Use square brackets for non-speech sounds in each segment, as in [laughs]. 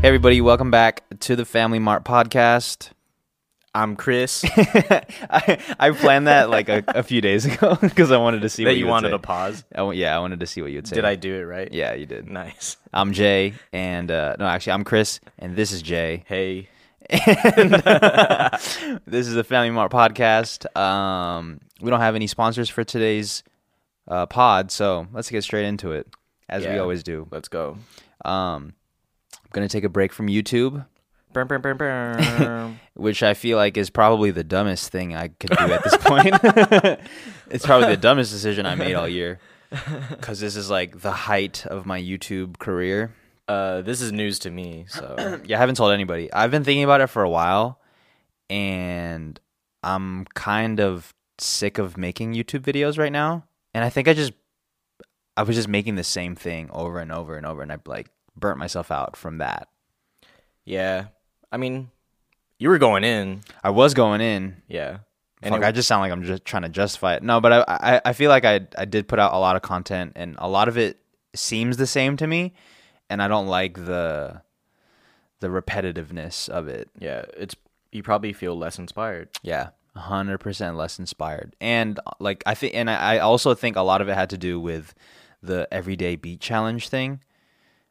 Hey, everybody, welcome back to the Family Mart podcast. [laughs] I'm [laughs] Chris. I, I planned that like a, a few days ago [laughs] because I wanted to see that what you would wanted say. a pause. I wa- yeah, I wanted to see what you would say. Did I do it right? Yeah, you did. Nice. I'm Jay, and uh, no, actually, I'm Chris, and this is Jay. [laughs] [laughs] Hey. This is the Family Mart podcast. Um, we don't have any sponsors for today's uh, pod, so let's get straight into it, as we Yeah. always do. Let's go. Um, I'm gonna take a break from YouTube, Burm, burm, burm, burm. which I feel like is probably the dumbest thing I could do at this point. [laughs] it's probably the dumbest decision I made all year because this is like the height of my YouTube career. [laughs] uh, this is news to me, so [clears throat] Yeah, I haven't told anybody. I've been thinking about it for a while and I'm kind of sick of making YouTube videos right now. And I think I just I was just making the same thing over and over and over and I like burnt myself out from that. yeah. I mean, you were going in, I was going in yeah. And And it- I just sound like I'm just trying to justify it. No, but I, I I feel like I I did put out a lot of content, and a lot of it seems the same to me, and I don't like the the repetitiveness of it. yeah. It's you probably feel less inspired. Yeah, hundred percent less inspired, and like I think, and I, I also think a lot of it had to do with the everyday beat challenge thing,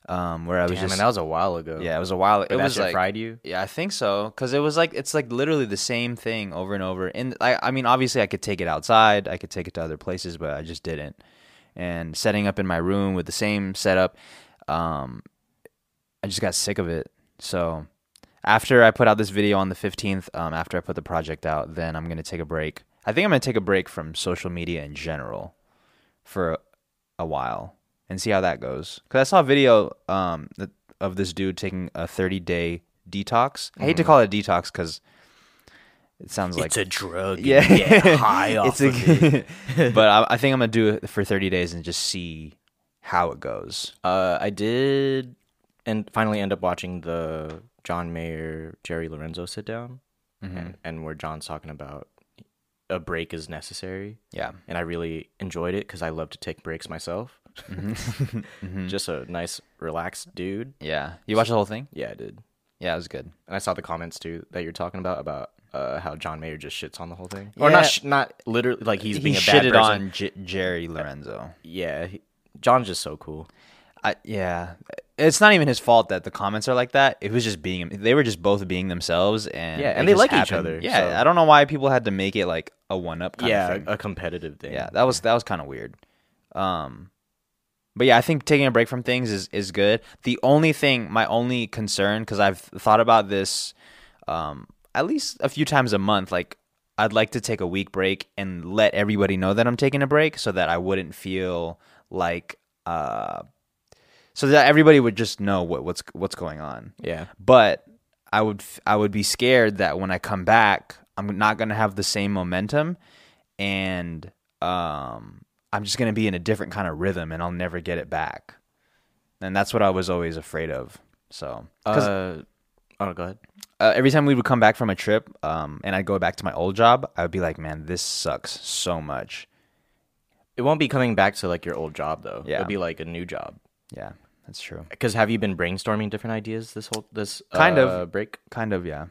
um, where I was Damn, just and that was a while ago. yeah, it was a while. But it that was shit like fried you. yeah, I think so. Because it was like it's like literally the same thing over and over. And I, I mean, obviously, I could take it outside, I could take it to other places, but I just didn't. And setting up in my room with the same setup, um, I just got sick of it. So after I put out this video on the fifteenth, um, after I put the project out, then I'm gonna take a break. I think I'm gonna take a break from social media in general for a while and see how that goes. Cause I saw a video um that, of this dude taking a 30 day detox. I hate to call it a detox because it sounds like Mm-hmm. a drug. yeah, [laughs] It's a- a, [laughs] but I, [laughs] I think I'm gonna do it for 30 days and just see how it goes. uh, I did, and finally end up watching the John Mayer Jerry Lorenzo sit down, and, and where John's talking about a break is necessary. Yeah, and I really enjoyed it because I love to take breaks myself. Mm-hmm. [laughs] Just a nice, relaxed dude. yeah. You watched the whole thing? Yeah, I did. Yeah, it was good. And I saw the comments too that you're talking about about uh, how John Mayer just shits on the whole thing, or Yeah. not, sh- not literally like he's he being a bad shitted person. on J- Jerry Lorenzo. Yeah, he- John's just so cool. I, yeah, it's not even his fault that the comments are like that. It was just being they were just both being themselves, and Yeah, it and they just like each happened. other, Yeah, so- I don't know why people had to make it like a one up. kind of Yeah, thing. a, a competitive thing. yeah, that was that was kind of weird. Um, but yeah, I think taking a break from things is is good. The only thing, my only concern, because I've thought about this, um, at least a few times a month. Like, I'd like to take a week break and let everybody know that I'm taking a break, so that I wouldn't feel like, uh, so that everybody would just know what what's what's going on yeah, but I would f- I would be scared that when I come back, I'm not gonna have the same momentum, and um, I'm just gonna be in a different kind of rhythm, and I'll never get it back. And that's what I was always afraid of. So, 'cause, Uh, oh, go ahead. uh, every time we would come back from a trip, um, and I'd go back to my old job, I would be like, "Man, this sucks so much." It won't be coming back to like your old job though. Yeah. it'll be like a new job. Yeah, that's true. Because have you been brainstorming different ideas this whole this Kind of. uh, break? Kind of, yeah.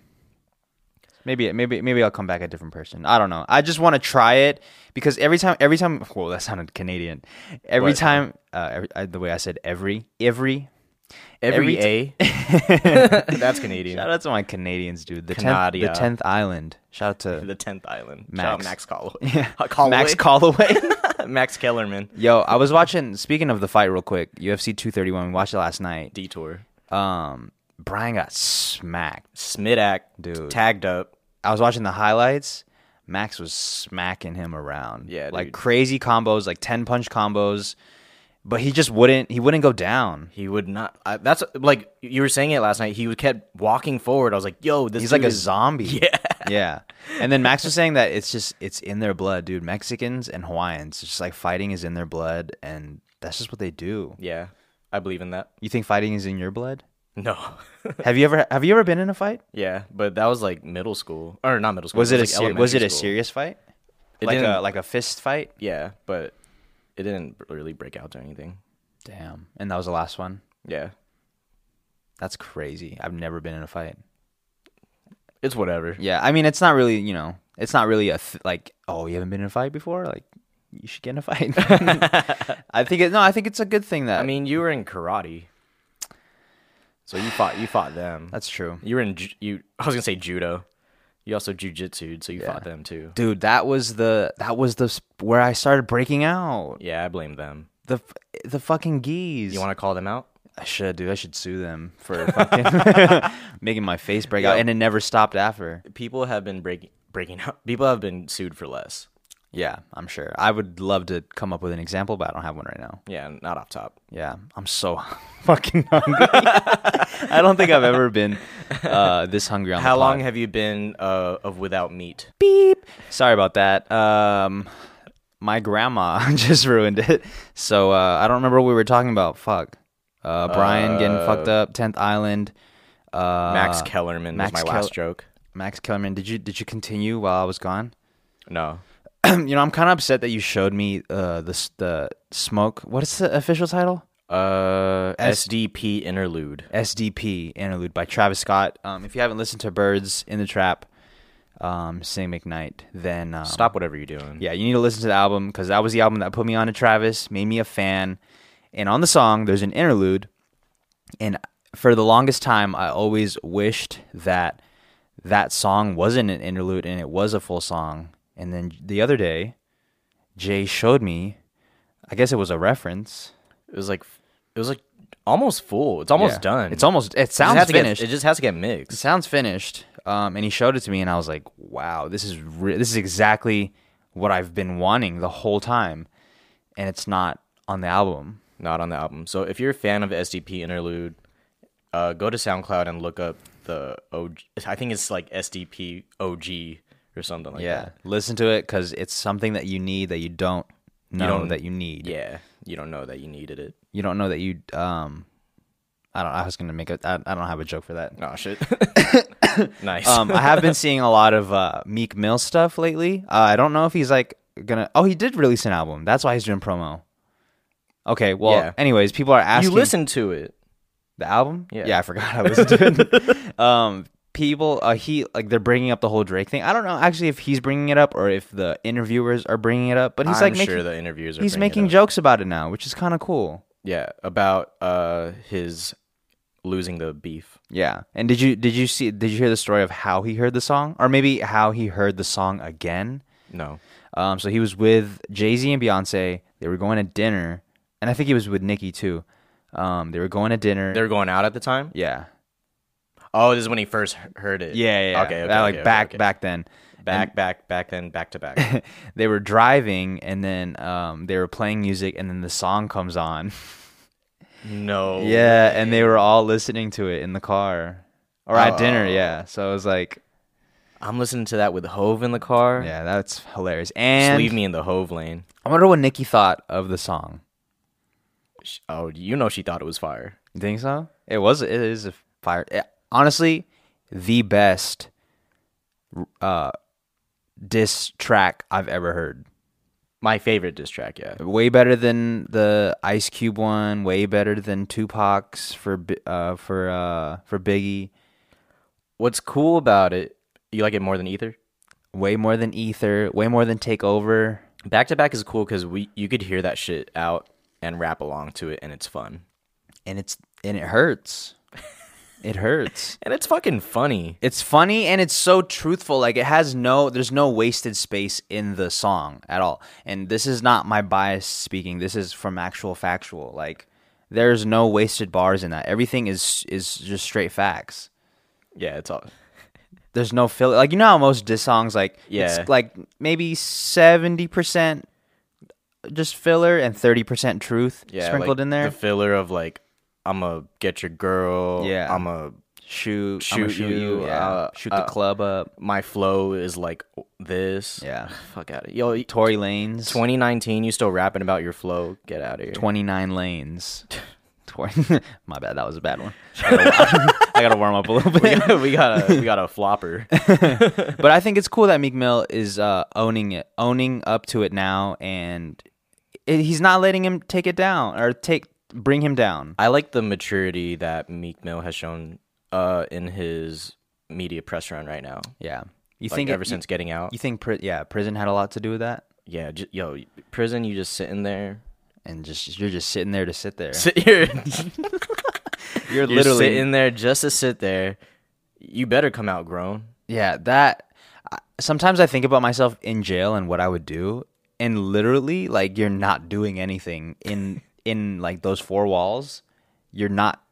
Maybe maybe maybe I'll come back a different person. I don't know. I just want to try it because every time every time [laughs] whoa that sounded Canadian. Every What? time uh, every, I, the way I said every every Every Every, A. [laughs] That's Canadian. shout out to my Canadians dude the tenth, the Canadia. tenth island shout out to [laughs] the tenth island. Max, Max. Max [laughs] Calloway. [laughs] Max [laughs] Max, Calloway. [laughs] Max Kellerman. Yo, I was watching. Speaking of the fight, real quick, UFC 231. We watched it last night. Detour. Um, Brian got smacked. Smidak. Dude. Tagged up. I was watching the highlights. Max was smacking him around. Yeah, like dude. crazy combos, like ten punch combos, but he just wouldn't. He wouldn't go down. He would not. I, that's like you were saying it last night. He would kept walking forward. I was like, "Yo, this He's dude [laughs] like a is- zombie. yeah." yeah. And then Max was saying that it's just it's in their blood, dude. Mexicans and Hawaiians, it's just like fighting is in their blood, and that's just what they do. Yeah, I believe in that. [laughs] You think fighting is in your blood? No. [laughs] Have you ever have you ever been in a fight? yeah, but that was like middle school or not middle school. Was it, like a ser- was it elementary a school. serious fight? It like a didn't- like a fist fight? Yeah, but it didn't really break out to anything. Damn. And that was the last one. Yeah. That's crazy. I've never been in a fight. It's whatever. Yeah, I mean, it's not really, you know, it's not really a th- like, oh, you haven't been in a fight before, like you should get in a [laughs] fight. [laughs] I think it. No, I think it's a good thing that. I mean, you were in karate, so you fought. You fought them. that's true, you were in ju- you. I was gonna say judo. You also jujitsued, so you fought them too. dude. That was the that was the s- where I started breaking out Yeah, I blame them. the f- the fucking geese. You want to call them out? I should, dude. I should sue them for [laughs] fucking [laughs] making my face break out, Yeah. and it never stopped after. People have been breaking breaking out. [laughs] People have been sued for less. Yeah, I'm sure. I would love to come up with an example, but I don't have one right now. Yeah, not off top. Yeah, I'm so [laughs] fucking hungry. [laughs] I don't think I've ever been uh, this hungry on How the long pod. have you been uh, of without meat? Beep. Sorry about that. Um, my grandma [laughs] just ruined it. So uh, I don't remember what we were talking about. Fuck. Uh, Brian getting fucked up. Tenth Island. Uh, Max Kellerman Max was my Kel- last joke. Max Kellerman. Did you did you continue while I was gone? [clears throat] No, you know, I'm kind of upset that you showed me uh, the s- the smoke. What is the official title? uh, SDP interlude. SDP interlude by Travis Scott. Um, if you haven't listened to Birds in the Trap, um, sing McKnight, then um, Stop whatever you're doing. Yeah, you need to listen to the album because that was the album that put me on to Travis, made me a fan. And on the song, there's an interlude. And for the longest time, I always wished that that song wasn't an interlude and it was a full song. And then the other day, Jay showed me, I guess it was a reference. It was like it was like almost full. It's almost Yeah. done. It's almost, it It just sounds has to get- finished. it just has to get It mixed. sounds finished. Um, and he showed it to me, and I was like, "Wow, this is re- this is exactly what I've been wanting the whole time, and it's not on the album." Not on the album. So if you're a fan of SDP interlude, uh, go to SoundCloud and look up the OG. I think it's like SDP OG or something like that. listen to it because it's something that you need that you don't know don't- that you need. Yeah. You don't know that you needed it. You don't know that you um. I don't. I was gonna make a. I, I don't have a joke for [laughs] that. [coughs] Oh shit. nice. Um, I have been seeing a lot of uh, Meek Mill stuff lately. Uh, I don't know if he's like gonna. Oh, he did release an album. That's why he's doing promo. Okay. Well, Yeah. anyways, people are you asking. listen to it. The album? Yeah. I forgot I listened [laughs] to it. um, people, uh, he like they're bringing up the whole Drake thing. I don't know actually if he's bringing it up or if the interviewers are bringing it up, but he's I'm like sure making the interviews are. he's bringing it making up. jokes about it now, which is kind of cool. Yeah, about uh his losing the beef. Yeah. And did you did you see did you hear the story of how he heard the song or maybe how he heard the song again? No. Um, so he was with Jay Z and Beyonce. They were going to dinner, and I think he was with Nicki too. Um, they were going to dinner. They were going out at the time? yeah. Oh, this is when he first he- heard it. Yeah, yeah, yeah. Okay, okay. That, like okay, okay, back okay. back then. back, back, back, then back to back. [laughs] they were driving and then um, they were playing music and then the song comes [laughs] on [laughs] no. yeah and they were all listening to it in the car or at dinner yeah so it was like I'm listening to that with Hove in the car. yeah that's hilarious Just and leave me in the Hove lane. i wonder what nikki thought of the song Sh- Oh, you know she thought it was fire. you think so it was it is a fire eh, honestly the best uh diss track i've ever heard My favorite diss track, yeah. way better than the Ice Cube one. Way better than Tupac's for Bi- uh for uh for Biggie. What's cool about it, you like it more than Ether? Way more than Ether. Way more than Takeover. Back to back is cool because we you could hear that shit out and rap along to it and it's fun. And it's and it hurts. It hurts. And it's fucking funny. It's funny and it's so truthful. Like it has no, there's no wasted space in the song at all. And this is not my bias speaking. This is from actual factual. Like there's no wasted bars in that. Everything is is just straight facts. Yeah, it's all there's no fill like you know how most diss songs like Yeah. it's like maybe 70% just filler and 30% truth yeah, sprinkled like, in there The filler of like, I'm gonna get your girl. Yeah. I'm a shoot shoot I'ma shoot you, yeah. uh, shoot the uh, club up my flow is like this. yeah Fuck out of yo. y- Tory Lanes 2019, you still rapping about your flow? Get out of here. 29 lanes [laughs] Tori- my bad that was a bad one [laughs] I gotta, I gotta warm up a [laughs] little we bit got, [laughs] we got a we got a flopper. but I think it's cool that Meek Mill is uh, owning it, owning up to it now, and it, he's not letting him take it down or take bring him down. I like the maturity that Meek Mill has shown uh, in his media press run right now. Yeah. You Like, think ever it, since getting out? you, you think pri- yeah, prison had a lot to do with that? yeah, j- yo, prison. You just [laughs] sitting there. [laughs] And just you're just sitting there to sit there. Sit here. you're You're literally sitting there just to sit there. You better come out grown. Yeah, that I- sometimes I think about myself in jail and what I would do and literally like you're not doing anything in in like those four walls. You're not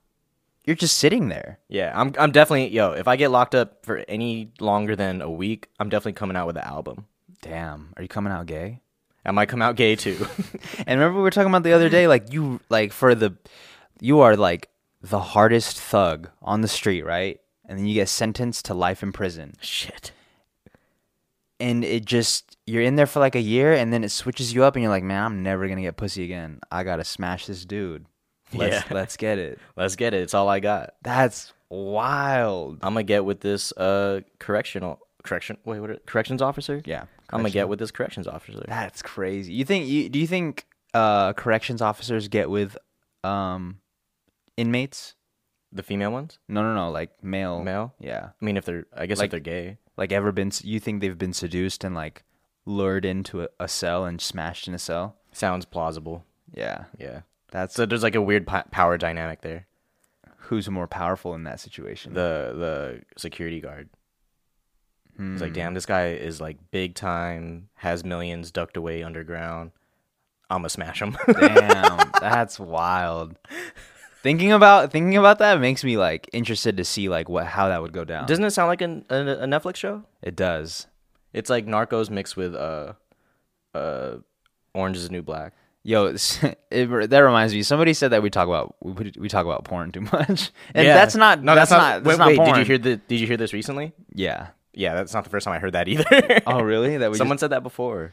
you're just sitting there. Yeah, I'm. I'm definitely yo. If I get locked up for any longer than a week, I'm definitely coming out with an album. Damn, are you coming out gay? I might come out gay too. [laughs] And remember we were talking about the other day like you like for the you are like the hardest thug on the street, right? And then you get sentenced to life in prison. Shit. and it just you're in there for like a year and then it switches you up and you're like man i'm never gonna get pussy again i gotta smash this dude let's Yeah. let's get it Let's get it. It's all I got. that's wild I'm gonna get with this uh correctional correction. Wait, what? Are, corrections officer? yeah I'm gonna correction- get with this corrections officer. that's crazy you think you do you think uh corrections officers get with um inmates The female ones? no no no like male Male? yeah I mean, if they're, I guess Oh. Like- if they're gay. like ever been s- you think they've been seduced and like lured into a, a cell and smashed in a cell Sounds plausible. yeah Yeah. that's So there's like a weird po- power dynamic there. who's more powerful in that situation The the security guard. It's Hmm. like, damn, this guy is like big time, has millions ducked away underground. I'ma smash him. [laughs] Damn, that's wild. Thinking about thinking about that makes me like interested to see like what how that would go down. Doesn't it sound like an, a, a Netflix show? it does. It's like Narcos mixed with uh, uh, Orange is the New Black. Yo, it's- [laughs] it, re- that reminds me. Somebody said that we talk about we, put- we talk about porn too much, [laughs] and Yeah. that's not No, that's, not. that's wait, not wait, porn. did you hear the? Did you hear this recently? [laughs] Yeah. Yeah, that's not the first time I heard that either. [laughs] [laughs] Oh, really? That we Someone said that just, before.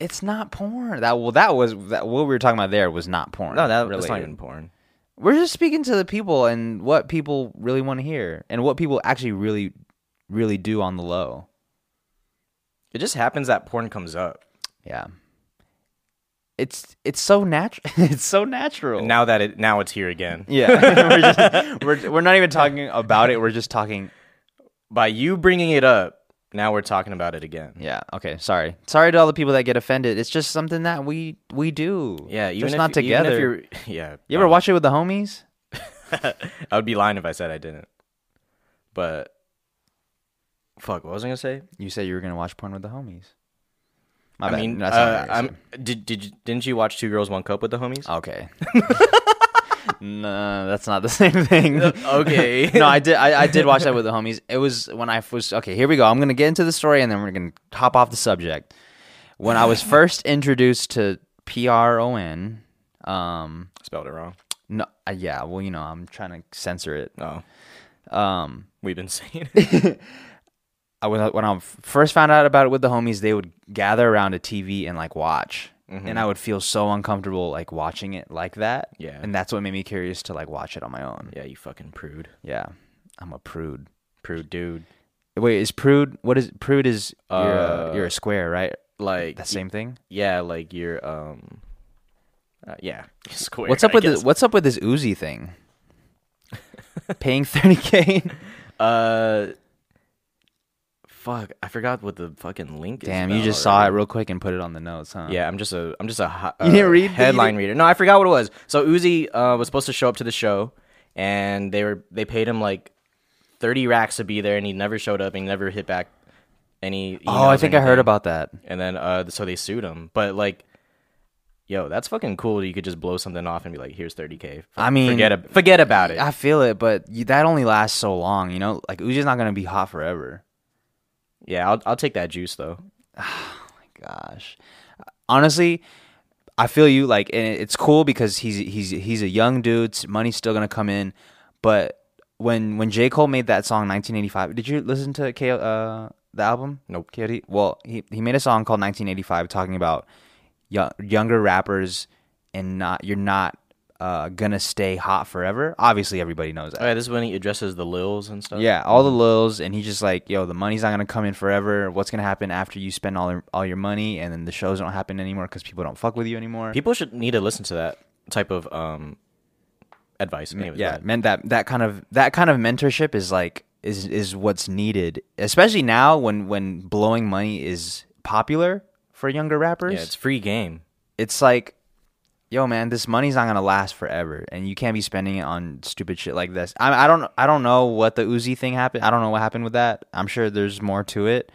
it's not porn. That well, that was that what we were talking about there was not porn. No, that, related. that's not even porn. We're just speaking to the people and what people really want to hear and what people actually really really do on the low. It just happens that porn comes up Yeah. It's it's so natural. [laughs] it's so natural. now that it now it's here again. [laughs] yeah. we're, just, we're we're not even talking about it. We're just talking. By you bringing it up, now we're talking about it again. Yeah. Okay. Sorry. Sorry to all the people that get offended. It's just something that we we do. Yeah, even just if, not together. Even if you're, [laughs] Oh. yeah, you ever watch it with the homies? I would be lying if I said I didn't. But fuck, what was I gonna say? You said you were gonna watch porn with the homies. My I bad. mean, That's not uh, what I I'm, said. Oh. did did you, didn't you watch Two Girls One Cup with the homies? Okay. [laughs] no, that's not the [laughs] same thing. Uh, okay. [laughs] no, I did. I, I did watch that with the homies. It was when I was okay. Here we go. I'm gonna get into the story, and then we're gonna hop off the subject. When I [laughs] was first introduced to PRON, um, Spelled it wrong. no, uh, yeah, well, you know, I'm trying to censor it. Oh, Um, we've [laughs] been saying it. I was when I f- first found out about it with the homies, they would gather around a TV and like watch, Mm-hmm. and I would feel so uncomfortable like watching it like that. Yeah. and that's what made me curious to like watch it on my own. yeah, you fucking prude, Yeah, I'm a prude. prude dude. Wait, is prude? What is prude? Is you're, a, Uh, you're a square, right? Like That same thing. yeah, like you're um, uh, yeah, [laughs] square. What's up I with this? guess. What's up with this Uzi [laughs] thing? Paying thirty k. Uh, fuck, I forgot what the fucking link. Damn, is you about just saw it already. real quick and put it on the notes, huh? Yeah, I'm just a I'm just a hi- [laughs] uh, You didn't read the- you headline reader. No, I forgot what it was. So Uzi uh, was supposed to show up to the show, and they were they paid him like thirty racks to be there, and he never showed up. And he never hit back any. Oh, I emails or think I heard anything. about that. And then uh, so they sued him, but like. Yo, that's fucking cool. that You could just blow something off and be like, "Here's 30k." I mean- forget ab- forget about it. I feel it, but you, that only lasts so long, you know. Like Uzi's not gonna be hot forever. Yeah, I'll I'll take that juice though. Gosh, honestly, I feel you. Like, and it- it's cool because he's he's he's a young dude. s- Money's still gonna come in, but when when J Cole made that song 1985, did you listen to K, uh, the album? Nope. KOD? Well, he he made a song called 1985 talking about young, younger rappers and not you're not uh, gonna stay hot forever. Obviously, everybody knows that. Oh, yeah, this is when he addresses the lils and stuff. Yeah, all the lils, and he's just like, "Yo, the money's not gonna come in forever. What's gonna happen after you spend all your, all your money, and then the shows don't happen anymore because people don't fuck with you anymore." people should need to listen to that. type of um advice. Anyway, go yeah, ahead. meant that that kind of that kind of mentorship is like is is what's needed, especially now when when blowing money is popular for younger rappers. yeah, it's free game. it's like, yo, man, this money's not gonna last forever, and you can't be spending it on stupid shit like this. I I don't I don't know what the Uzi thing happened. I don't know what happened with that. I'm sure there's more to it.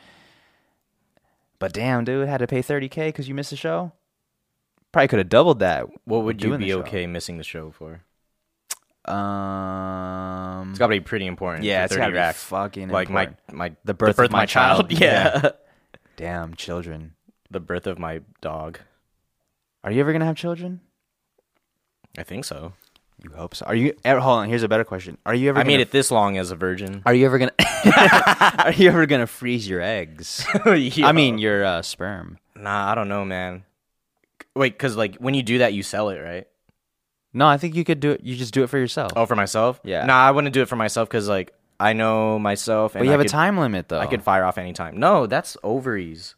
But damn, dude, had to pay 30k because you missed the show. Probably could have doubled that. What would you doing the be show. okay missing the show for? Um, It's got to be pretty important. yeah, for it's 30 gotta be racks. fucking like my important. my The birth of my child. [laughs] Yeah, damn children. the birth of my dog. Are you ever gonna have children? I think so. You hope so. Are you? eh, Hold on. Here's a better question. Are you ever? I gonna, made it this long as [laughs] a virgin. Are you [laughs] ever gonna? are you ever gonna freeze your eggs? I mean, your uh, sperm. nah, I don't know, man. Wait, because like when you do that, you sell it, right? No, I think you could do it. You just do it for yourself. Oh, for myself? Yeah. Nah, I wouldn't do it for myself because like I know myself. And but you I have could- a time limit, though. I could fire off any time. No, that's ovaries.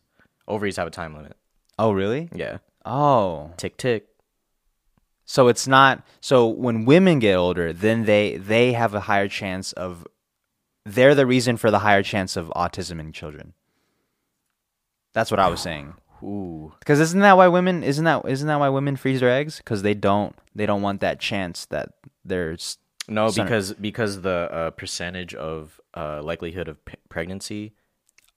Ovaries have a time limit. Oh, really? Yeah. Oh, Tick tick. so it's not. So when women get older, then they they have a higher chance of. They're the reason for the higher chance of autism in children. That's what I was saying. Ooh. Because isn't that why women isn't that isn't that why women freeze their eggs? Because they don't they don't want that chance that there's No, Son- because because the uh, percentage of uh, likelihood of p- pregnancy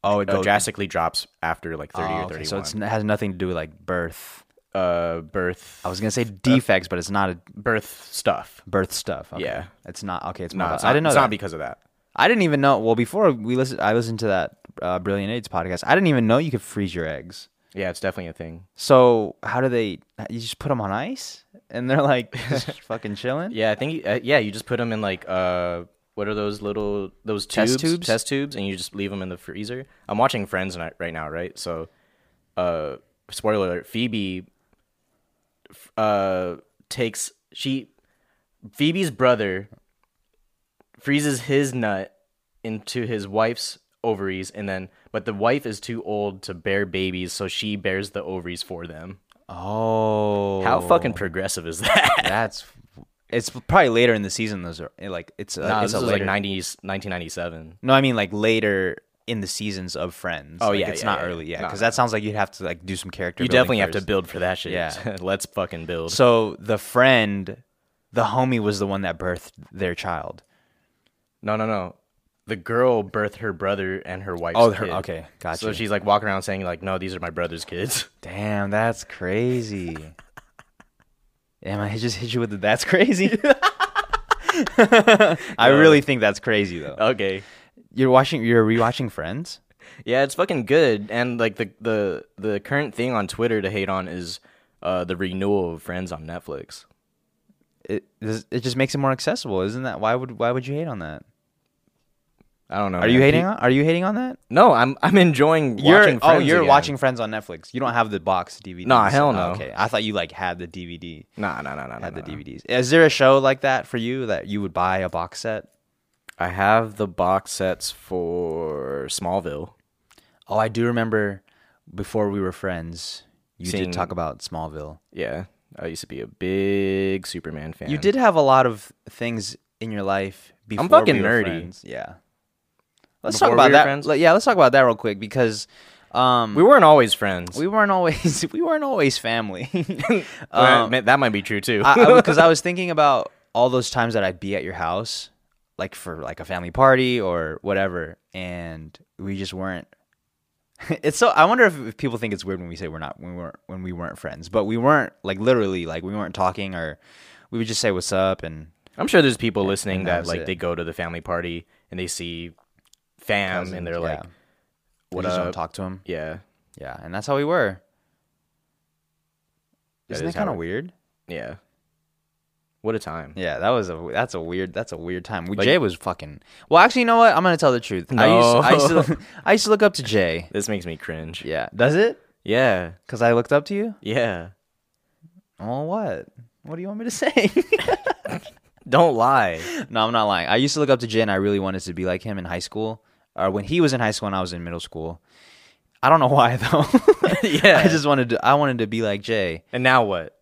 oh it uh, drastically drops after like thirty or Oh, thirty-one. so it's, it has nothing to do with like birth. uh, birth I was gonna say Uh, defects, but it's not a birth stuff. birth stuff. Okay. Yeah. it's not okay. It's No, not. it's I didn't know it's that. Oh, not because of that. I didn't even know. Well, before we listened, I listened to that uh, Brilliant AIDS podcast. I didn't even know you could freeze your eggs. Yeah, it's definitely a thing. So how do they? You just put them on ice, and they're [laughs] like just fucking chilling. Yeah, I think. Uh, yeah, you just put them in like uh, what are those little those tubes, Test tubes? test tubes, and you just leave them in the freezer. I'm watching Friends ni- right now, right? So, uh, spoiler alert: Phoebe, f- uh, takes she, Phoebe's brother, freezes his nut into his wife's ovaries, and then but the wife is too old to bear babies, so she bears the ovaries for them. Oh, How fucking progressive is that? That's. It's probably later in the season. Those are eh, like it's a, Nah, it's [laughs] this a was later. like 90s, 1997. no, I mean like later in the seasons of Friends. Oh, Like, yeah, it's yeah, not yeah, yeah. early. Yeah, No, because that sounds like you'd have to like do some character. You building definitely have first. to build for that shit. Yeah. [laughs] Let's fucking build. So the friend, the homie, was the one that birthed their child. no, no, no. The girl birthed her brother and her wife's Oh, her- kid. okay, gotcha. So she's like walking around saying like, "No, these are my brother's kids." [laughs] Damn, that's crazy. Damn, I just hit you with the that's crazy. [laughs] I really think that's crazy though. okay. You're watching, you're rewatching Friends. Yeah, it's fucking good. And like the the the current thing on Twitter to hate on is uh, the renewal of Friends on Netflix. It this- it just makes it more accessible, isn't that? Why would why would you hate on that? I don't know. Are you hating on? Are you hating on that? No, I'm I'm enjoying watching You're oh, Friends. you're again. watching Friends on Netflix. You don't have the box DVD. Nah, hell no. Okay, I thought you like had the DVD. Nah, nah, nah, nah. nah, had the nah. DVDs. Is there a show like that for you that you would buy a box set? I have the box sets for Smallville. Oh, I do remember before we were friends, you Seeing- did talk about Smallville. Yeah, I used to be a big Superman fan. You did have a lot of things in your life before fucking we were nerdy. friends. Yeah. Let's Before talk we about were that. friends? le- Yeah, let's talk about that real quick because um We weren't always friends. we weren't always [laughs] we weren't always [laughs] family. Uh, ma- that might be true too. because Um, I, was thinking about all those times that I'd be at your house, like for like a family party or whatever, and we just weren't. [laughs] it's so I wonder if, if people think it's weird when we say we're not when we weren't when we weren't friends, but we weren't like literally like we weren't talking or we would just say what's up and [laughs] I'm sure there's people listening that that, was like it. they go to the family party and they see fam and they're like, yeah. we "What just don't up?" talk to him. yeah, Yeah, and that's how we were. That Isn't is that how kind of it- weird? yeah. What a time! Yeah, that was a that's a weird that's a weird time. We Jay was fucking. Well, actually, you know what? I'm gonna tell the truth. I used, I used to I used to look up to [laughs] Jay. This makes me cringe. Yeah, does it? Yeah, Cause I looked up to you. yeah. Well, what? What do you want me to say? [laughs] Don't lie. no, I'm not lying. I used to look up to Jay, and I really wanted to be like him in high school, or when he was in high school and I was in middle school. I don't know why though. [laughs] yeah. I just wanted to. I wanted to be like Jay. and now what?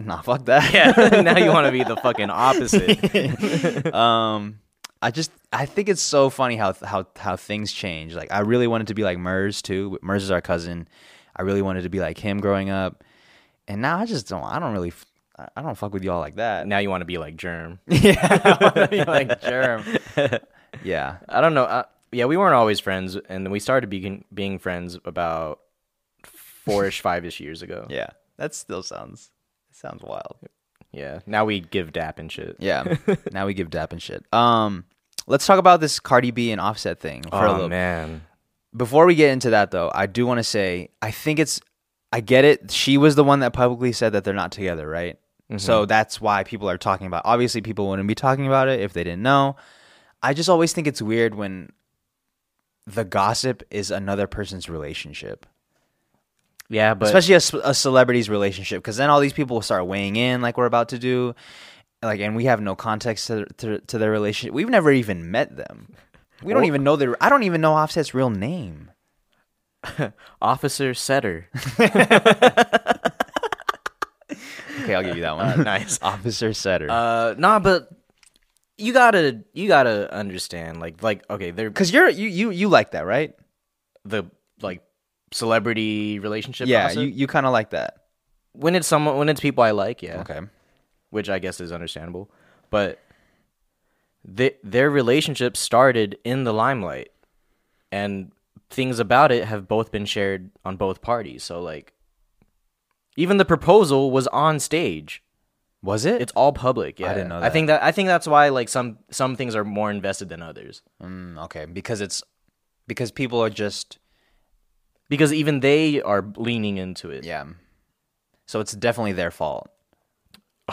Nah, fuck that. Yeah. [laughs] now you want to be the [laughs] fucking opposite. um I just I think it's so funny how how how things change. Like I really wanted to be like Murs too. Murs is our cousin. I really wanted to be like him growing up, and now I just don't. I don't really. f- I- I don't fuck with y'all like [laughs] that. [laughs] now you want to be like Germ. [laughs] yeah, like germ. Yeah, I don't know. I, yeah, we weren't always friends, and then we started being being friends about four-ish, five-ish years ago. yeah. That still sounds sounds wild. Yeah. Now we give dap and shit. Yeah. now we give dap and shit. Um, let's talk about this Cardi B and Offset thing for a Oh little man. before we get into that though, I do want to say I think it's I get it. She was the one that publicly said that they're not together, right? So that's why people are talking about. Obviously, people wouldn't be talking about it if they didn't know. I just always think it's weird when the gossip is another person's relationship, Yeah, but especially a, ce- a celebrity's relationship, because then all these people will start weighing in, like we're about to do, like, and we have no context to to, to their relationship. We've never even met them. We don't even know their. I don't even know Offset's real name. Officer Setter. Okay, I'll give you that [laughs] one. nice. Officer Setter. Uh, nah, but you gotta you gotta understand, like like okay, they're Cause you're you you you like that, right? the like celebrity relationship. Yeah, gossip. you you kind of like that. when it's someone when it's people I like, yeah, Okay. which I guess is understandable, but th- their relationship started in the limelight, and things about it have both been shared on both parties. So like, even the proposal was on stage. Was it? It's all public. Yeah, didn't know I think that I think that's why like some some things are more invested than others Mm, okay, because it's because people are just because even they are leaning into it. yeah. So it's definitely their fault.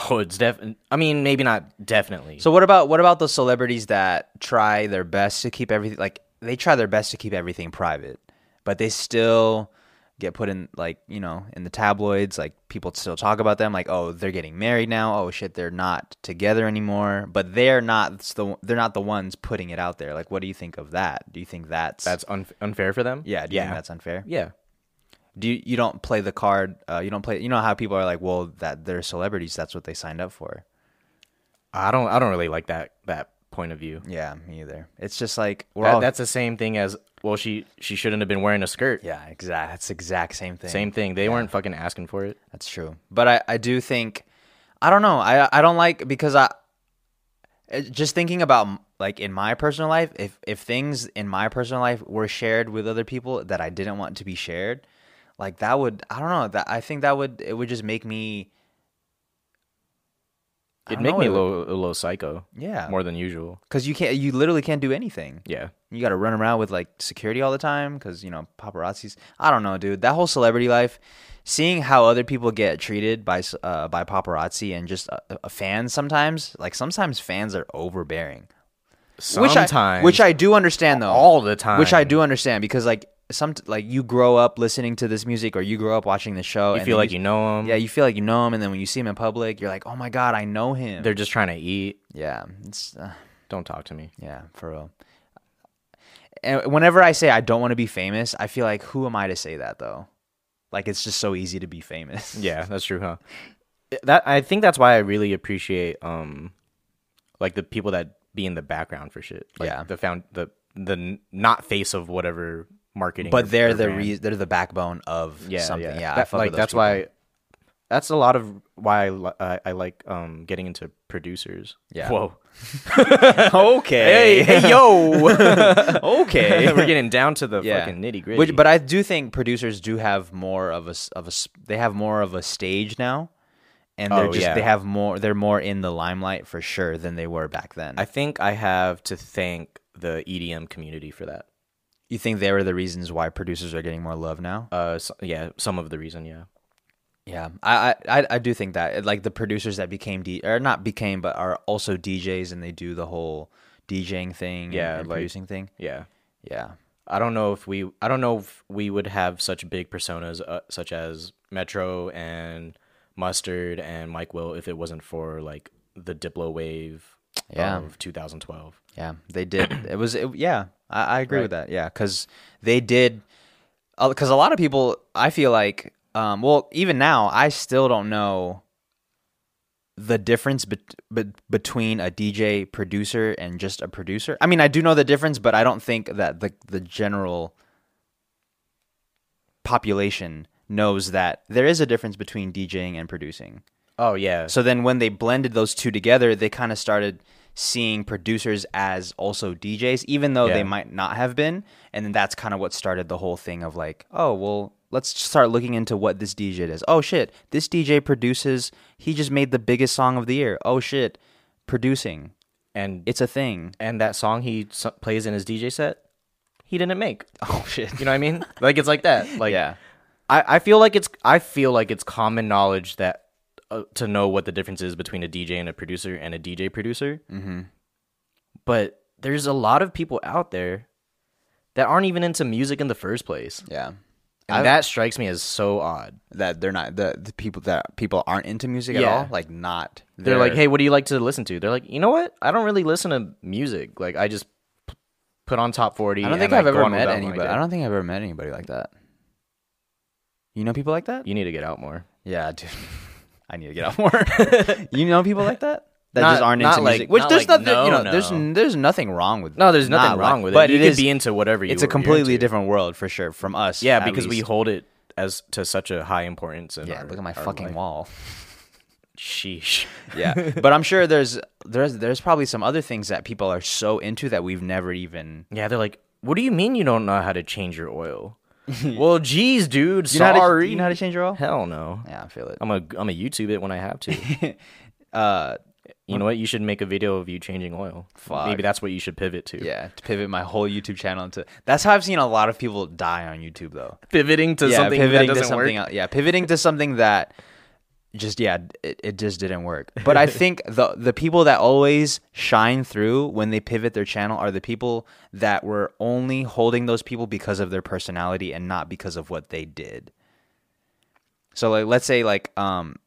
Oh, it's definitely. I mean, maybe not definitely. So what about what about those celebrities that try their best to keep everything like they try their best to keep everything private, but they still get put in like you know in the tabloids. Like people still talk about them. Like oh they're getting married now. Oh shit they're not together anymore. But they're not the they're not the ones putting it out there. Like what do you think of that? Do you think that's that's un- unfair for them. yeah? Do you yeah, think that's unfair? yeah. Do you, you don't play the card? Uh, you don't play. You know how people are like, well, that they're celebrities. That's what they signed up for. I don't I don't really like that that point of view. Yeah, me either. It's just like we're That, all that's the same thing as well she she shouldn't have been wearing a skirt. Yeah, exact. That's the exact same thing. Same thing. They weren't fucking asking for it. That's true. But I, I do think, I don't know. I, I don't like because I, it- just thinking about m- like in my personal life, if if things in my personal life were shared with other people that I didn't want to be shared, like that would I don't know that I think that would it would just make me. I don't It'd make know, me it a would- little, a little psycho. Yeah, More than usual. because you can't. You literally can't do anything. Yeah. You got to run around with like security all the time because you know paparazzi's. I don't know, dude. That whole celebrity life, seeing how other people get treated by s- uh, by paparazzi and just uh, uh, fans sometimes. Like sometimes fans are overbearing, Sometimes. which I which I do understand though. all the time. which I do understand because like some like you grow up listening to this music or you grow up watching this show. You feel like you know them. yeah, you feel like you know him, and then when you see him in public, you're like, oh my god, I know him. They're just trying to eat. yeah, it's. Uh, Don't talk to me. yeah, for real. And whenever I say I don't want to be famous, I feel like who am I to say that though? Like it's just so easy to be [laughs] famous. Yeah, that's true, huh? That I think that's why I really appreciate um like the people that be in the background for shit. Like, Yeah. The found the the n- not face of whatever marketing or- But or they're the brand. re- they're the backbone of yeah, something. Yeah, I That- fuck like with those that's people. why. That's a lot of why I, li- I, I like um getting into producers. Yeah. Whoa. [laughs] okay, [laughs] yo. okay. [laughs] We're getting down to the yeah. fucking nitty gritty. Which, but I do think producers do have more of a s- of a s- they have more of a stage now, and they're Oh, just yeah. they have more they're more in the limelight for sure than they were back then. I think I have to thank the EDM community for that. you think they were the reasons why producers are getting more love now? Uh, so, yeah, some of the reason. Yeah. Yeah, I I I- I do think that like the producers that became D or not became but are also DJs and they do the whole DJing thing, and- Yeah, and like- producing thing. Yeah. Yeah, I don't know if we. I don't know if we would have such big personas uh, such as Metro and Mustard and Mike Will if it wasn't for like the Diplo wave Yeah. of 2012. yeah, they did. it was it, yeah, I, I agree with that. Yeah, because they did. uh, Because a lot of people, I feel like, um, well, even now, I still don't know the difference bet- bet- between a DJ producer and just a producer. I mean, I do know the difference, but I don't think that the the general population knows that there is a difference between DJing and producing. Oh yeah. So then when they blended those two together, they kind of started seeing producers as also DJs, even though they Yeah. might not have been. And then that's kind of what started the whole thing of like, oh, well, let's start looking into what this DJ does. Oh, shit, this DJ produces, he just made the biggest song of the year. Oh, shit, producing. and It's a thing. and that song he s- plays in his DJ set, he didn't make. Oh, [laughs] shit. You know what I mean? like it's like that. Like Yeah. I, I feel like it's I feel like it's common knowledge that uh, to know what the difference is between a DJ and a producer and a DJ producer. Mm-hmm. But there's a lot of people out there that aren't even into music in the first place, Yeah. and that strikes me as so odd. That they're not, the, the people that people aren't into music at Yeah. all, like not. They're like, "Hey, what do you like to listen to?" They're like, "You know what? I don't really listen to music. Like I just p- put on top forty. I don't and think I've go ever on met without my anybody. day." I don't think I've ever met anybody like that. You know people like that? You need to get out more. Yeah, dude. [laughs] I need to get out [laughs] more. you know people like that that Not- just aren't not into like- music. Which not there's like, nothing. you no, know, there's no. there's nothing wrong with. No, there's nothing not wrong like- with it. But you it could is- be into whatever. you It's a were- you're completely into. different world for sure from us. Yeah, at because we least. hold it as to such a high importance. In Yeah, our- look at my our fucking life. wall. Sheesh. [laughs] Yeah, but I'm sure there's there's there's probably some other things that people are so into that we've never even. [laughs] Yeah, they're like, "What do you mean you don't know how to change [laughs] your oil?" well, geez, dude. You know, sorry. how to, you know how to change your oil? Hell no. Yeah, I feel it. I'm a I'm a YouTube it when I have to. [laughs] Uh, you know what? You should make a video of you changing oil. Fuck. Maybe that's what you should pivot to. yeah, to pivot my whole YouTube channel into. That's how I've seen a lot of people die on YouTube though. Pivoting to yeah, something pivoting that to doesn't something work. else. Yeah, pivoting to something that just yeah, it, it just didn't work. But [laughs] I think the the people that always shine through when they pivot their channel are the people that were only holding those people because of their personality and not because of what they did. So like let's say like um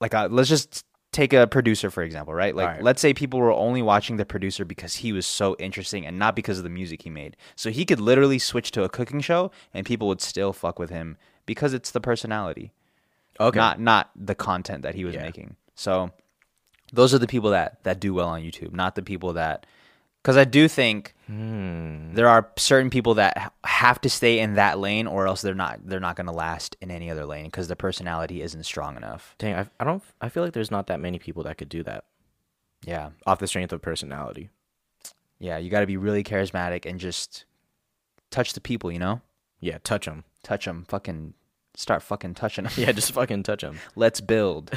like uh, let's just take a producer for example, right? Like Alright. let's say people were only watching the producer because he was so interesting and not because of the music he made. So he could literally switch to a cooking show and people would still fuck with him because it's the personality, Okay. not not the content that he was Yeah. making. So those are the people that that do well on YouTube, not the people that cuz I do think Hmm. there are certain people that ha- have to stay in that lane or else they're not they're not going to last in any other lane cuz their personality isn't strong enough. Dang, I, I don't. I feel like there's not that many people that could do that Yeah. off the strength of personality. Yeah, you got to be really charismatic and just touch the people, you know? Yeah, touch them. Touch them, fucking start fucking touching them. [laughs] Yeah, just fucking touch them. [laughs] Let's [laughs] build.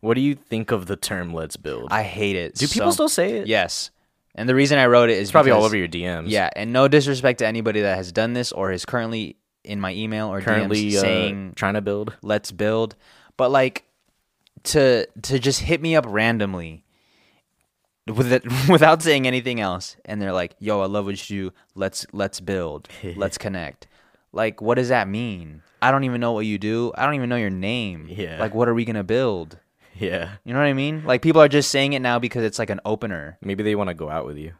What do you think of the term "let's build"? I hate it. do people still say it? Yes. And the reason I wrote it is it's probably all because- over your DMs. Yeah, and no disrespect to anybody that has done this or is currently in my email or currently DMs uh, saying trying to build. let's build, but like to to just hit me up randomly with it, [laughs] without saying anything else and they're like, "Yo, I love what you do. Let's let's [laughs] build. Let's connect." Like, what does that mean? I don't even know what you do. I don't even know your name. Yeah. Like, what are we going to build? Yeah, You know what I mean? Like people are just saying it now because it's like an opener. maybe they want to go out with you.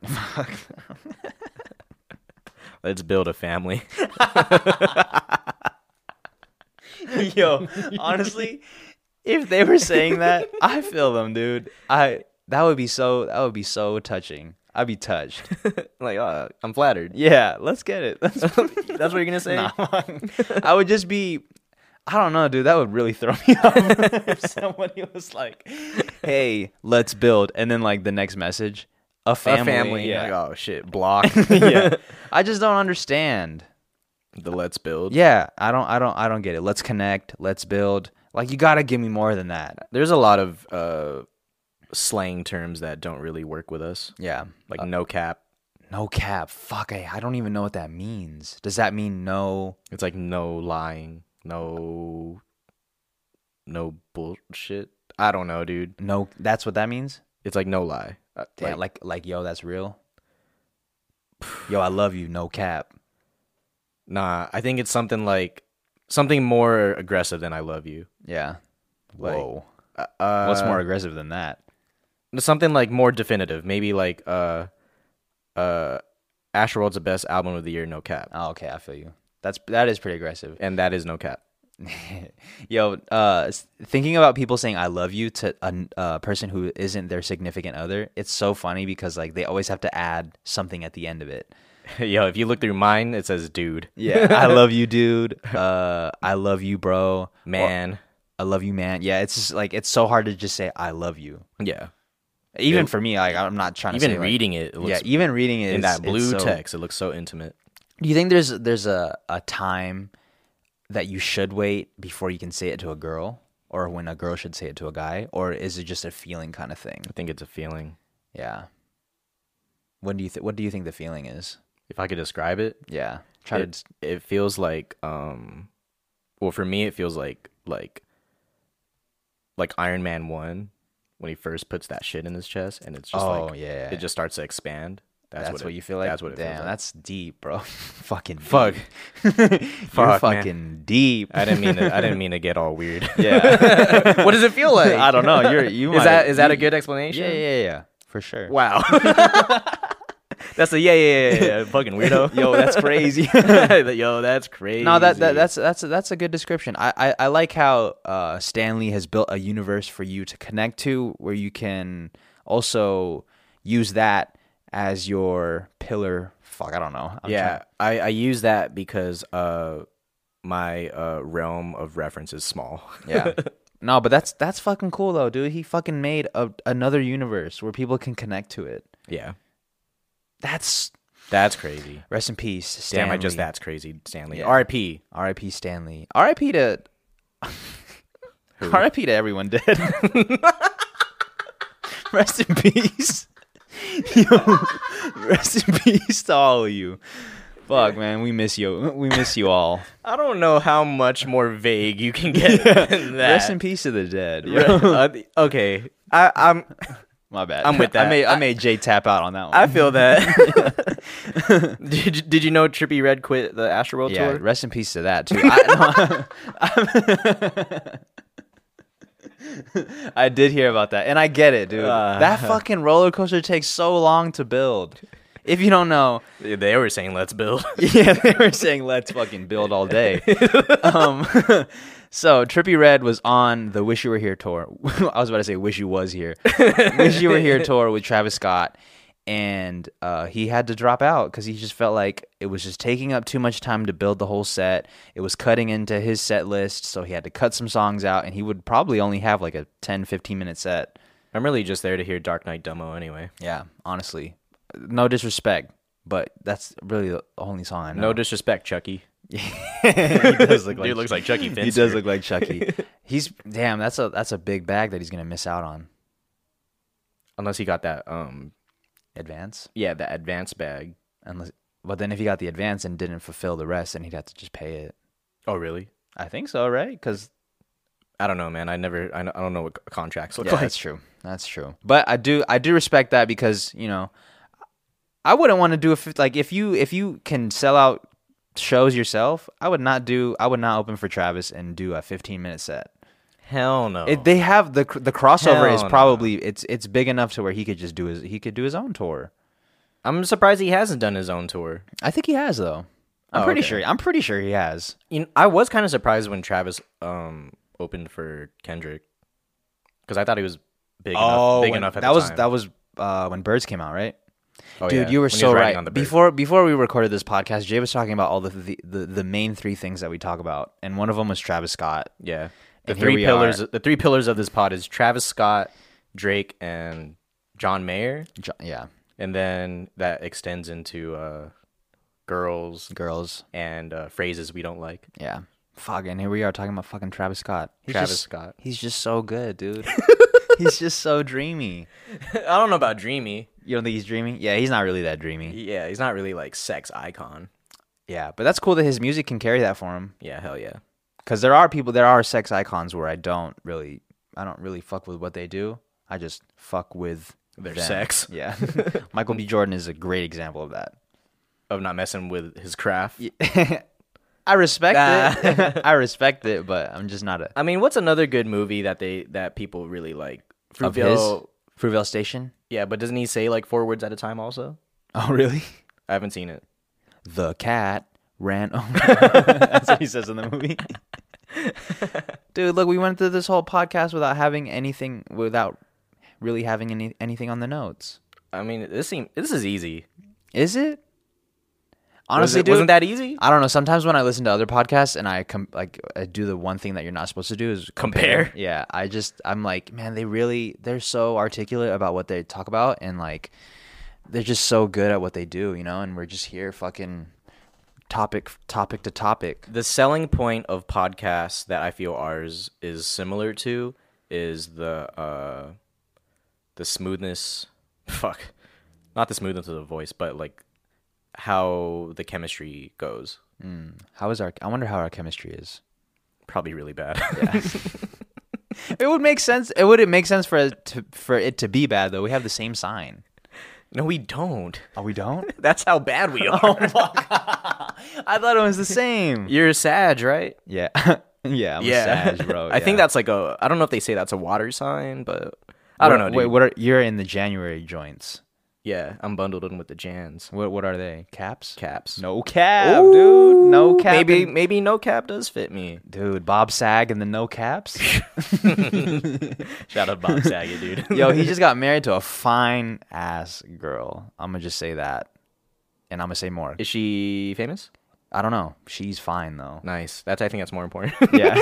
[laughs] Let's build a family. [laughs] [laughs] Yo, honestly, [laughs] if they were saying that, I feel them, dude. I that would be so that would be so touching. I'd be touched. like, uh, I'm flattered. Yeah, let's get it. [laughs] Let's, [laughs] That's what you're gonna say. [laughs] I would just be I don't know, dude. That would really throw me [laughs] off if somebody was like, "Hey, let's build," and then like the next message, a family. A family. Like, [laughs] Yeah. oh shit, block [laughs] yeah. I just don't understand. [laughs] the let's build. Yeah, I don't I don't I don't get it. Let's connect, let's build. Like you got to give me more than that. There's a lot of uh, slang terms that don't really work with us, Yeah. like no cap. No cap. Fuck, I, I don't even know what that means. Does that mean no? It's like no lying, no, no bullshit. I don't know, dude. No, that's what that means? It's like no lie. Uh, Damn, like like yo, that's real. Yo, I love you, no cap. Nah, I think it's something like something more aggressive than I love you. Yeah. Like, Whoa. Uh, What's more aggressive than that? Something like more definitive. Maybe like uh, uh, Asher World's the best album of the year, no cap, Oh, okay, I feel you. That's that is pretty aggressive. and that is no cap. [laughs] Yo, uh, s- thinking about people saying "I love you" to a n- a person who isn't their significant other, it's so funny because like they always have to add something at the end of it. Yo, if you look through mine, it says dude. Yeah, [laughs] I love you, dude. Uh, I love you, bro. Or, Man. I love you, man. Yeah, it's just like it's so hard to just say "I love you." yeah. Even for me, like I'm not trying to Even say, like- reading it, it looks yeah, even reading it in it's- that blue it's so- text, it looks so intimate. Do you think there's there's a, a time that you should wait before you can say it to a girl, or when a girl should say it to a guy, or is it just a feeling kind of thing? I think it's a feeling. Yeah. When do you th- what do you think the feeling is? If I could describe it, Yeah. Try to it, it feels like um well for me it feels like like like Iron Man 1 when he first puts that shit in his chest and it's just Oh, like yeah. it just starts to expand. That's, that's, what, what, it- you feel like. That's what it Damn, feels like. that's deep, bro. [laughs] fucking Fuck. deep. [laughs] You're Fuck, man. fucking deep. I didn't mean to, [laughs] I didn't mean to get all weird. [laughs] Yeah. what does it feel like? I don't know. You're you [laughs] is might- that is that a you- good explanation? Yeah, yeah, yeah. For sure. [laughs] Wow. that's a yeah yeah yeah, yeah, yeah [laughs] fucking weirdo. Yo, that's crazy. [laughs] Yo, that's [laughs] crazy. No, that, that that's that's that's a good description. I I, I like how uh, Stanley has built a universe for you to connect to, where you can also use that as your pillar. Fuck, I don't know. I'm yeah trying- I, I use that because uh my uh realm of reference is small yeah. No, but that's that's fucking cool though, dude. He fucking made a, another universe where people can connect to it. [laughs] yeah That's that's crazy rest in peace, Stanley. damn i just that's crazy stanley Yeah. rp R.I.P. Stanley. R.I.P. to. [laughs] R.I.P. to everyone dead. [laughs] rest in peace. [laughs] Yo, rest in peace to all of you. Fuck, man, we miss you. We miss you all. i don't know how much more vague you can [laughs] get than that Rest in peace to the dead. Re- bro. uh, okay i i'm My bad. I'm with I that. made I made Jay tap out on that one. i feel that [laughs] [laughs] did, you- did you know trippy red quit the astroworld yeah, tour rest in peace to that too. I, no, [laughs] I'm- I did hear about that, and I get it, dude. Uh. that fucking roller coaster takes so long to build. If you don't know, they were saying let's [laughs] build [laughs] yeah, they were saying let's fucking build all [laughs] day. um, [laughs] so Trippy Red was on the Wish You Were Here tour. [laughs] I was about to say Wish You Was [laughs] Here. Wish You Were Here tour with Travis Scott, and uh, he had to drop out because he just felt like it was just taking up too much time to build the whole set. It was cutting into his set list, so he had to cut some songs out, and he would probably only have like a 10, 15 minute set. i'm really just there to hear dark knight demo anyway Yeah, honestly, no disrespect. But that's really the only song I know. no disrespect chucky he does [laughs] look like Oh. dude looks like chucky [laughs] Finster. he does look like Chucky. [laughs] he's damn. That's a that's a big bag that he's gonna miss out on. unless he got that um Advance, yeah the advance bag unless. But then if he got the advance and didn't fulfill the rest, then he'd have to just pay it. oh really I think so, right? Because i don't know man i never i, don't- I don't know what c- contracts look yeah, like that's true. That's true. But I do I do respect that because you know, I wouldn't want to do if like if you if you can sell out shows yourself, I would not do I would not open for Travis and do a 15 minute set. hell no It, they have the the crossover Hell is no. probably it's it's big enough to where he could just do his he could do his own tour. i'm surprised he hasn't done his own tour I think he has though. I'm Oh, pretty okay. sure. I'm pretty sure he has. you know, i was kind of surprised when travis um opened for kendrick because i thought he was big enough big enough at Oh, that the was time. that was uh, when Birds came out, right? Oh, Dude, yeah, you were when he so was riding right. on the bird. Before before we recorded this podcast, Jay was talking about all the the, the the main three things that we talk about, and one of them was Travis Scott. yeah the And here three we pillars the three pillars of this pod is travis scott drake and john mayer Jo- yeah, and then that extends into uh girls girls. and uh, phrases we don't like [laughs] Yeah, fuck. And here we are talking about fucking Travis Scott. He's Travis just- Scott. He's just so good, [laughs] dude. he's just so dreamy. I don't know about dreamy. You don't think he's dreamy? Yeah, he's not really that dreamy. Yeah, he's not really like sex icon. Yeah, but that's cool that his music can carry that for him. Yeah, hell yeah. because there are people there are sex icons where I don't really I don't really fuck with what they do. I just fuck with Their them. sex. [laughs] Yeah, Michael B. Jordan is a great example of that. [laughs] Of not messing with his craft. I respect it. [laughs] I respect it, but I'm just [laughs] not a I mean, what's another good movie that they that people really like? of his Fruitvale Station. Yeah, but doesn't he say like four words at a time also? Oh really? I haven't seen it. [laughs] The cat ran. Oh, that's what he says in the movie. Dude, look, we went through this whole podcast without having anything, without really having any anything on the notes. I mean, this seem this is easy. Is it? Was Honestly, it, dude, wasn't that easy? I don't know. Sometimes when I listen to other podcasts and I com- like I do the one thing that you're not supposed to do is compare. Compare. Yeah, I just I'm like, man, they really they're so articulate about what they talk about and like they're just so good at what they do, you know. And we're just here fucking topic topic to topic. The selling point of podcasts that I feel ours is similar to is the uh the smoothness [laughs] fuck. Not the smoothness of the voice, but like how the chemistry goes. How is our? I wonder how our chemistry is. Probably really bad. [laughs] It would make sense. It would it make sense for it to, for it to be bad though. We have the same sign. no, we don't. Oh, we don't. That's how bad we Oh, are. [laughs] I thought it was the [laughs] same. You're Sag, right? Yeah, [laughs] yeah. I'm a sag, [laughs] bro. [laughs] I yeah. think that's like a. I don't know if they say that's a water sign, but I don't know. Wait, dude. what are you're in the January joints? Yeah, I'm bundled in with the Jans What what are they? Caps? caps. No cap, Ooh, dude. No cap. Maybe and- maybe no cap does fit me. dude. Bob Sag and the no [laughs] caps. Shout out Bob Saget, [laughs] dude. Yo, he just got married to a fine ass girl. I'm gonna just say that, and I'm gonna say more. is she famous? I don't know. She's fine [laughs] though. Nice. That's I think that's more important. [laughs] Yeah.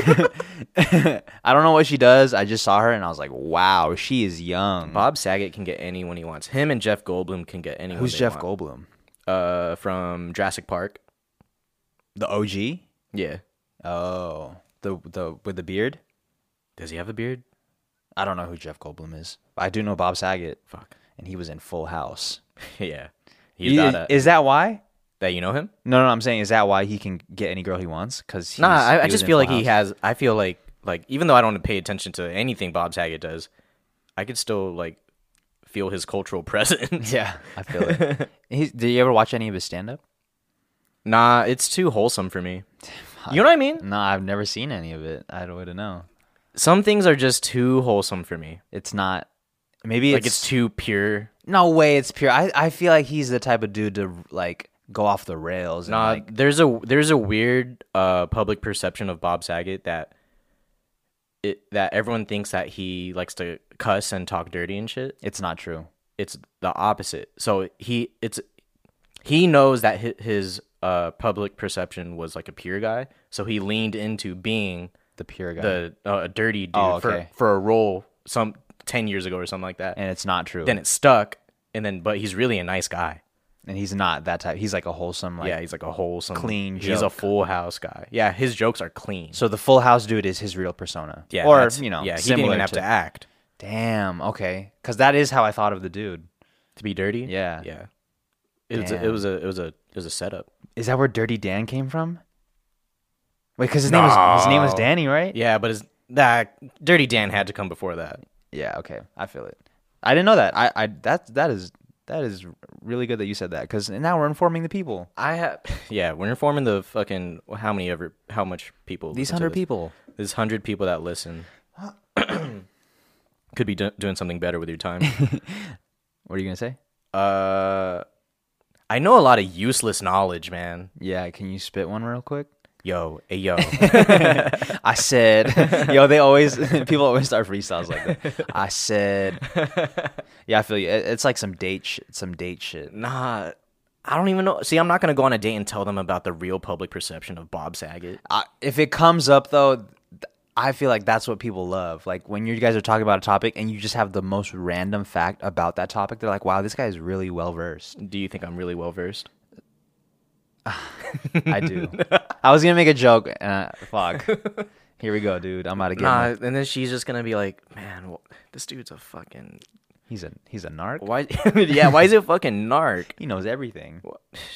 I don't know what she does. I just saw her and I was like, wow, she is young. Bob Saget can get anyone he wants. Him and Jeff Goldblum can get anyone. Who's they Jeff want. Goldblum? Uh, from Jurassic Park. The OG. Yeah. Oh, the the with the beard. Does he have a beard? [laughs] I don't know who Jeff Goldblum is. but I do know Bob Saget. Fuck. and he was in Full House. yeah. He's You- got a. Is that why? that you know him? No, no, I'm saying is that why he can get any girl he wants? Because Nah, I, I just feel like he has. I feel like like even though I don't pay attention to anything Bob Saget does, I could still like feel his cultural [laughs] presence. Yeah, I feel [laughs] it. He's, did you ever watch any of his stand up? Nah, it's too wholesome for me. You know what I mean? No, I've never seen any of it. I wouldn't know. Some things are just too wholesome for me. It's not. Maybe Like it's, it's too pure. no way. It's pure. I, I feel like he's the type of dude to like go off the rails. And, Nah, like, there's a there's a weird uh public perception of Bob Saget that it that everyone thinks that he likes to cuss and talk dirty and shit. it's not true. it's the opposite. So he it's he knows that hi- his uh public perception was like a pure guy, so he leaned into being The pure guy, the uh, a dirty dude Oh, okay. for for a role some 10 years ago or something like that. and it's not true. then it stuck and then but he's really a nice guy. and he's not that type. He's like a wholesome. Like, yeah, he's like a wholesome clean He's a joke. full house guy. Yeah, his jokes are clean. So the Full House dude is his real persona. yeah, or that's- you know, yeah, he didn't similar even have to, act Damn. Okay. Because that is how I thought of the dude. to be dirty. Yeah. Yeah. It was, a, it Damn. was a it was a it was a setup. Is that where Dirty Dan came from? Wait, because his name was his name was No. Danny, right? Yeah, but his, that Dirty Dan had to come before that. Yeah. Okay. I feel it. I didn't know that. I. I. That. That is. That is really good that you said that because now we're informing the people. I have. Yeah, we're informing the fucking how many ever how much people These listen to hundred this. people. These hundred people that [clears throat] listen could be do- doing something better with your time. [laughs] What are you gonna say? uh, I know a lot of useless knowledge, man. Yeah. Can you spit one real quick? Yo, hey yo, I said, yo, they always [laughs] people always start freestyles like that. I [laughs] said, yeah, I feel you. It- It's like some date shit. Some date shit. [laughs] nah. I don't even know. See, I'm not gonna go on a date and tell them about the real public perception of Bob Saget. I, if it comes up though, th- I feel like that's what people love. Like when you guys are talking about a topic and you just have the most random fact about that topic, they're like, "Wow, this guy is really well versed." Do you think I'm really well versed? I [laughs] do. I was gonna make a joke. Uh, fuck. Here we go, dude. I'm out of Nah, game. and then she's just gonna be like, "Man, wh- this dude's a fucking He's a he's a narc. why? [laughs] yeah, why is it fucking narc? He knows everything.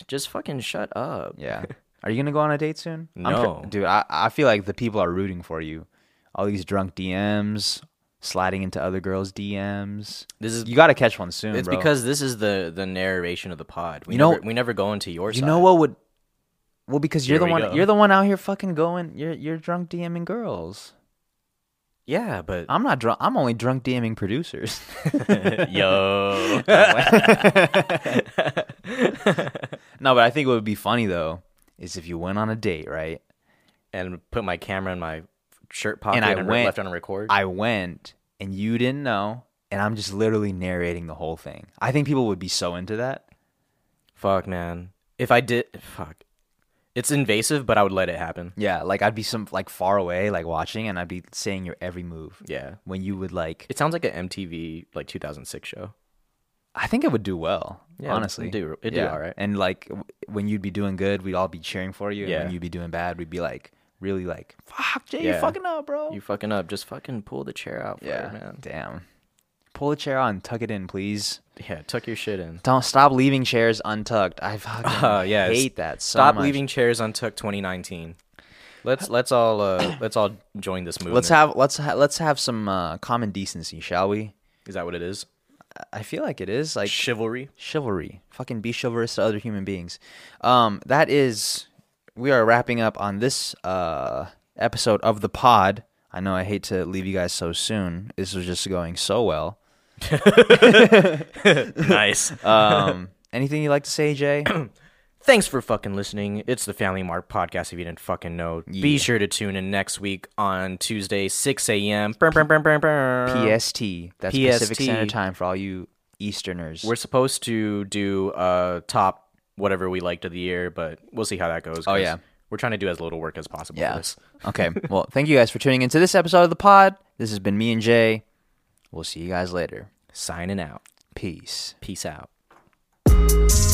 Just fucking shut up." Yeah. [laughs] Are you gonna go on a date soon? I'm pre- No. dude. I I feel like the people are rooting for you. All these drunk DMs, sliding into other girls' DMs. This is You gotta catch one soon. It's bro. because this is the the narration of the pod. We You know- never, we never go into your You side. know what would? Well, because you're Here the one. we go. You're the one out here fucking going. You're you're drunk DMing girls. [laughs] Yeah, [laughs] but [laughs] I'm not drunk. I'm only drunk DMing producers. [laughs] yo, [laughs] no, but I think what would be funny though is if you went on a date, right? and put my camera in my shirt pocket I re- went- left on a record. I went and you didn't know, and I'm just literally narrating the whole thing. I think people would be so into that. fuck, man. If I did, fuck. It's invasive, but I would let it happen. Yeah, like I'd be some like far away, like watching, and I'd be saying your every move. Yeah. When you would like, It sounds like an MTV like 2006 show. I think it would do well. Yeah, honestly, it'd do- it'd do alright. And like w- when you'd be doing good, we'd all be cheering for you. And Yeah. when you'd be doing bad, we'd be like really like, "Fuck, Jay, you Yeah. fucking up, bro." You fucking up. Just fucking pull the chair out for yeah, her, man. damn. Pull the chair out and tuck it in, please. Yeah, tuck your shit in. Don't stop leaving chairs untucked. I [laughs] fucking Uh, yeah, it's- hate that so Stop much. leaving chairs untucked 2019. Let's let's all uh, let's all join this movement. Let's have let's ha- let's have some uh, common decency, shall we? Is that what it is? I feel like it is like [laughs] Chivalry. chivalry. Fucking be chivalrous to other human beings. Um, that is, we are wrapping up on this uh, episode of the pod. I know I hate to leave you guys so soon. This was just going so well. nice. Um, anything you'd like to say, Jay? Thanks for fucking listening. It's the Family Mark podcast. If you didn't fucking know, be sure to tune in next week on Tuesday, 6 a.m. Brr, brr, brr, brr, brr. PST. That's Pacific PST. Standard Time for all you Easterners. We're supposed to do uh top whatever we liked of the year, but we'll see how that goes. Oh, 'cause yeah. we're trying to do as little work as possible. Yeah. Yeah. okay. Well, thank you guys for tuning into this episode of the pod. This has been me and Jay. We'll see you guys later. Signing out. Peace. Peace out. Peace.